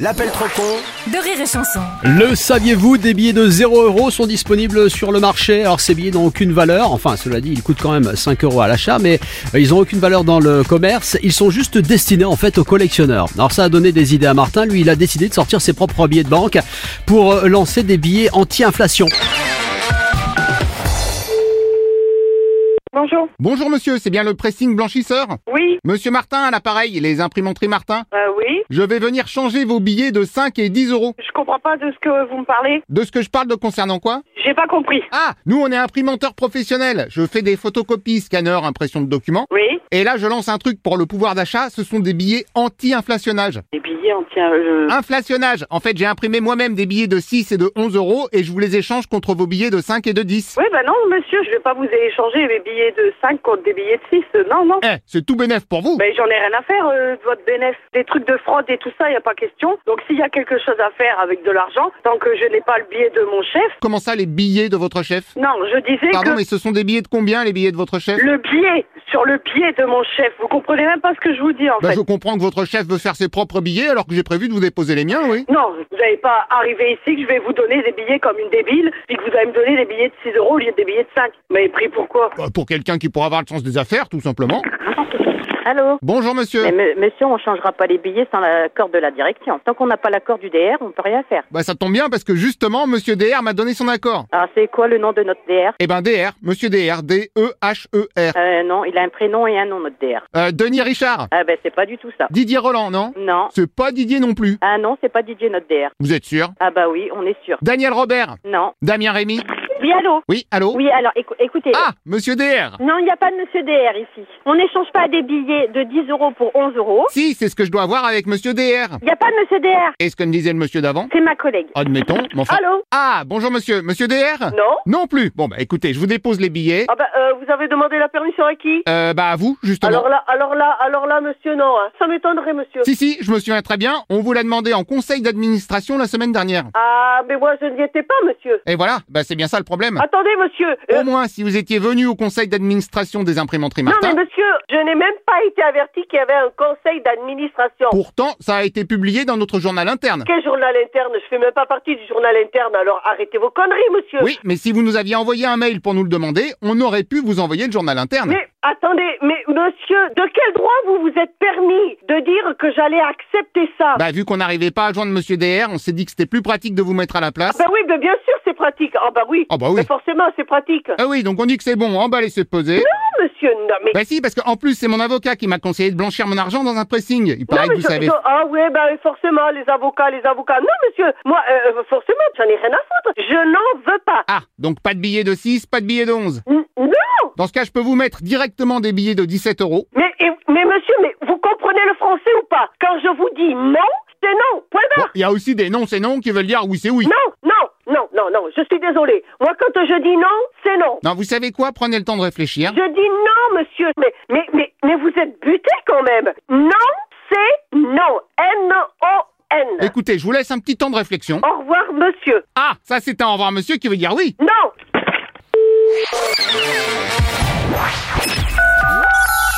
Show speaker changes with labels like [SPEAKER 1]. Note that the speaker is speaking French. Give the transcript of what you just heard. [SPEAKER 1] L'appel trop con
[SPEAKER 2] de rire et chanson.
[SPEAKER 3] Le saviez-vous, des billets de 0 euros sont disponibles sur le marché. Alors ces billets n'ont aucune valeur, enfin cela dit, ils coûtent quand même 5 euros à l'achat, mais euh, ils n'ont aucune valeur dans le commerce. Ils sont juste destinés en fait aux collectionneurs. Alors ça a donné des idées à Martin, lui il a décidé de sortir ses propres billets de banque pour euh, lancer des billets anti-inflation.
[SPEAKER 4] Bonjour.
[SPEAKER 5] Bonjour monsieur, c'est bien le pressing blanchisseur
[SPEAKER 4] Oui.
[SPEAKER 5] Monsieur Martin à l'appareil, les imprimanteries Martin.
[SPEAKER 4] Euh, oui.
[SPEAKER 5] Je vais venir changer vos billets de 5 et 10 euros.
[SPEAKER 4] Je comprends pas de ce que vous me parlez.
[SPEAKER 5] De ce que je parle de concernant quoi
[SPEAKER 4] J'ai pas compris.
[SPEAKER 5] Ah, nous on est imprimanteur professionnel. Je fais des photocopies, scanner, impression de documents.
[SPEAKER 4] Oui.
[SPEAKER 5] Et là je lance un truc pour le pouvoir d'achat, ce sont des billets anti-inflationnage.
[SPEAKER 4] Des billets entiers. euh,
[SPEAKER 5] Inflationnage. En fait, j'ai imprimé moi-même des billets de 6 et de 11 euros et je vous les échange contre vos billets de 5 et de 10.
[SPEAKER 4] Oui, bah non, monsieur, je vais pas vous échanger mes billets de 5 contre des billets de 6. Non, non.
[SPEAKER 5] Eh, c'est tout bénef pour vous.
[SPEAKER 4] Mais j'en ai rien à faire euh, de votre bénéf. Des trucs de fraude et tout ça, y a pas question. Donc s'il y a quelque chose à faire avec de l'argent, tant que je n'ai pas le billet de mon chef,
[SPEAKER 5] Comment ça, les billets de votre chef
[SPEAKER 4] non, je disais
[SPEAKER 5] Pardon,
[SPEAKER 4] que
[SPEAKER 5] mais ce sont des billets de combien, les billets de votre chef
[SPEAKER 4] le billet sur le billet de mon chef. Vous comprenez même pas ce que je vous dis en
[SPEAKER 5] Bah,
[SPEAKER 4] fait.
[SPEAKER 5] je comprends que votre chef veut faire ses propres billets alors que j'ai prévu de vous déposer les miens, oui.
[SPEAKER 4] Non, vous n'allez pas arriver ici que je vais vous donner des billets comme une débile, puis que vous allez me donner des billets de 6 euros au lieu des billets de 5. Mais pris pourquoi
[SPEAKER 5] Bah, pour quelqu'un qui pourra avoir le sens des affaires, tout simplement.
[SPEAKER 6] Allô
[SPEAKER 5] Bonjour, monsieur.
[SPEAKER 6] mais me- monsieur, on changera pas les billets sans l'accord de la direction. Tant qu'on n'a pas l'accord du DR, on peut rien faire.
[SPEAKER 5] Bah, ça tombe bien parce que justement, monsieur DR m'a donné son accord.
[SPEAKER 6] Alors, Ah, c'est quoi le nom de notre DR
[SPEAKER 5] Eh ben, DR, monsieur DR, D-E-H-E-R.
[SPEAKER 6] euh, Non, il a un prénom et un nom, notre DR.
[SPEAKER 5] E Euh, Denis Richard.
[SPEAKER 6] Ah ben, c'est pas du tout ça.
[SPEAKER 5] Didier Roland, non
[SPEAKER 6] Non.
[SPEAKER 5] C'est pas Didier non plus.
[SPEAKER 6] Ah non, c'est pas DJ, notre DR.
[SPEAKER 5] Vous êtes sûr
[SPEAKER 6] Ah bah oui, on est sûr.
[SPEAKER 5] Daniel Robert.
[SPEAKER 6] Non.
[SPEAKER 5] Damien Rémy.
[SPEAKER 6] Oui, allô
[SPEAKER 5] Oui, allô
[SPEAKER 6] Oui, alors, écou- écoutez...
[SPEAKER 5] Ah, monsieur DR
[SPEAKER 6] Non, il n'y a pas de monsieur DR ici. On n'échange pas des billets de 10 euros pour 11 euros.
[SPEAKER 5] Si, c'est ce que je dois avoir avec monsieur DR.
[SPEAKER 6] Il n'y a pas de monsieur DR.
[SPEAKER 5] Et ce que me disait le monsieur d'avant
[SPEAKER 6] C'est ma collègue.
[SPEAKER 5] Admettons, mais enfin...
[SPEAKER 6] Allô
[SPEAKER 5] Ah, bonjour monsieur, monsieur DR
[SPEAKER 6] Non
[SPEAKER 5] Non plus Bon bah écoutez, je vous dépose les billets.
[SPEAKER 6] Ah bah, vous avez demandé la permission à qui
[SPEAKER 5] Euh, bah à vous, justement.
[SPEAKER 6] là, alors là, alors là, monsieur, non. hein. Ça m'étonnerait, monsieur.
[SPEAKER 5] Si, si, je me souviens très bien, on vous l'a demandé en conseil d'administration la semaine dernière.
[SPEAKER 6] Ah, mais moi, je n'y étais pas, monsieur.
[SPEAKER 5] Et voilà, bah c'est bien ça le problème.
[SPEAKER 6] Attendez, monsieur.
[SPEAKER 5] Au moins, si vous étiez venu au conseil d'administration des imprimanteries
[SPEAKER 4] Oh,
[SPEAKER 6] euh. non,
[SPEAKER 4] hein?
[SPEAKER 5] Martin,
[SPEAKER 6] mais monsieur, je n'ai même pas été averti qu'il y avait un conseil d'administration.
[SPEAKER 5] pourtant, ça a été publié dans notre journal interne.
[SPEAKER 6] Quel journal interne Je fais même pas partie du journal interne, alors arrêtez vos conneries, monsieur.
[SPEAKER 5] Oui, mais si vous nous aviez envoyé un mail pour nous le demander, on aurait pu vous envoyer le journal interne.
[SPEAKER 6] Mais attendez, mais monsieur, de quel droit vous vous êtes permis de dire que j'allais accepter ça
[SPEAKER 5] Bah, vu qu'on n'arrivait pas à joindre Monsieur DR, on s'est dit que c'était plus pratique de vous mettre à la place.
[SPEAKER 6] Ben oui, mais bien sûr, c'est pratique. Ah bah oui.
[SPEAKER 5] Ah bah oui.
[SPEAKER 6] Mais forcément, c'est pratique.
[SPEAKER 5] Ah oui, donc on dit que c'est bon, emballez, c'est posé.
[SPEAKER 6] Non, monsieur, non, mais...
[SPEAKER 5] Bah si, parce qu'en plus, c'est mon avocat qui m'a conseillé de blanchir mon argent dans un pressing. Il
[SPEAKER 6] Non,
[SPEAKER 5] paraît
[SPEAKER 6] mais
[SPEAKER 5] que vous
[SPEAKER 6] je-
[SPEAKER 5] savez.
[SPEAKER 6] je- ah ouais, ben forcément, les avocats, les avocats. Non, monsieur, moi, euh, forcément, j'en ai rien à foutre. Je n'en veux pas.
[SPEAKER 5] Ah, donc pas de billet de 6, pas de billet de 11.
[SPEAKER 6] N- Non
[SPEAKER 5] Dans ce cas, je peux vous mettre directement des billets de 17 euros.
[SPEAKER 6] mais, et- mais monsieur, mais vous comprenez le français ou pas Quand je vous dis non, c'est non, point
[SPEAKER 5] Bon,
[SPEAKER 6] barre
[SPEAKER 5] il y a aussi des non, c'est non qui veulent dire oui, c'est oui.
[SPEAKER 6] Non, non, non, non, non, je suis désolée. Moi, quand je dis non, c'est non.
[SPEAKER 5] Non, vous savez quoi Prenez le temps de réfléchir.
[SPEAKER 6] Je dis non, monsieur, mais, mais, mais, mais vous êtes buté quand même. Non, c'est non. N-O-N.
[SPEAKER 5] Écoutez, je vous laisse un petit temps de réflexion.
[SPEAKER 6] Au revoir, monsieur.
[SPEAKER 5] Ah, ça c'est un au revoir monsieur qui veut dire oui.
[SPEAKER 6] Non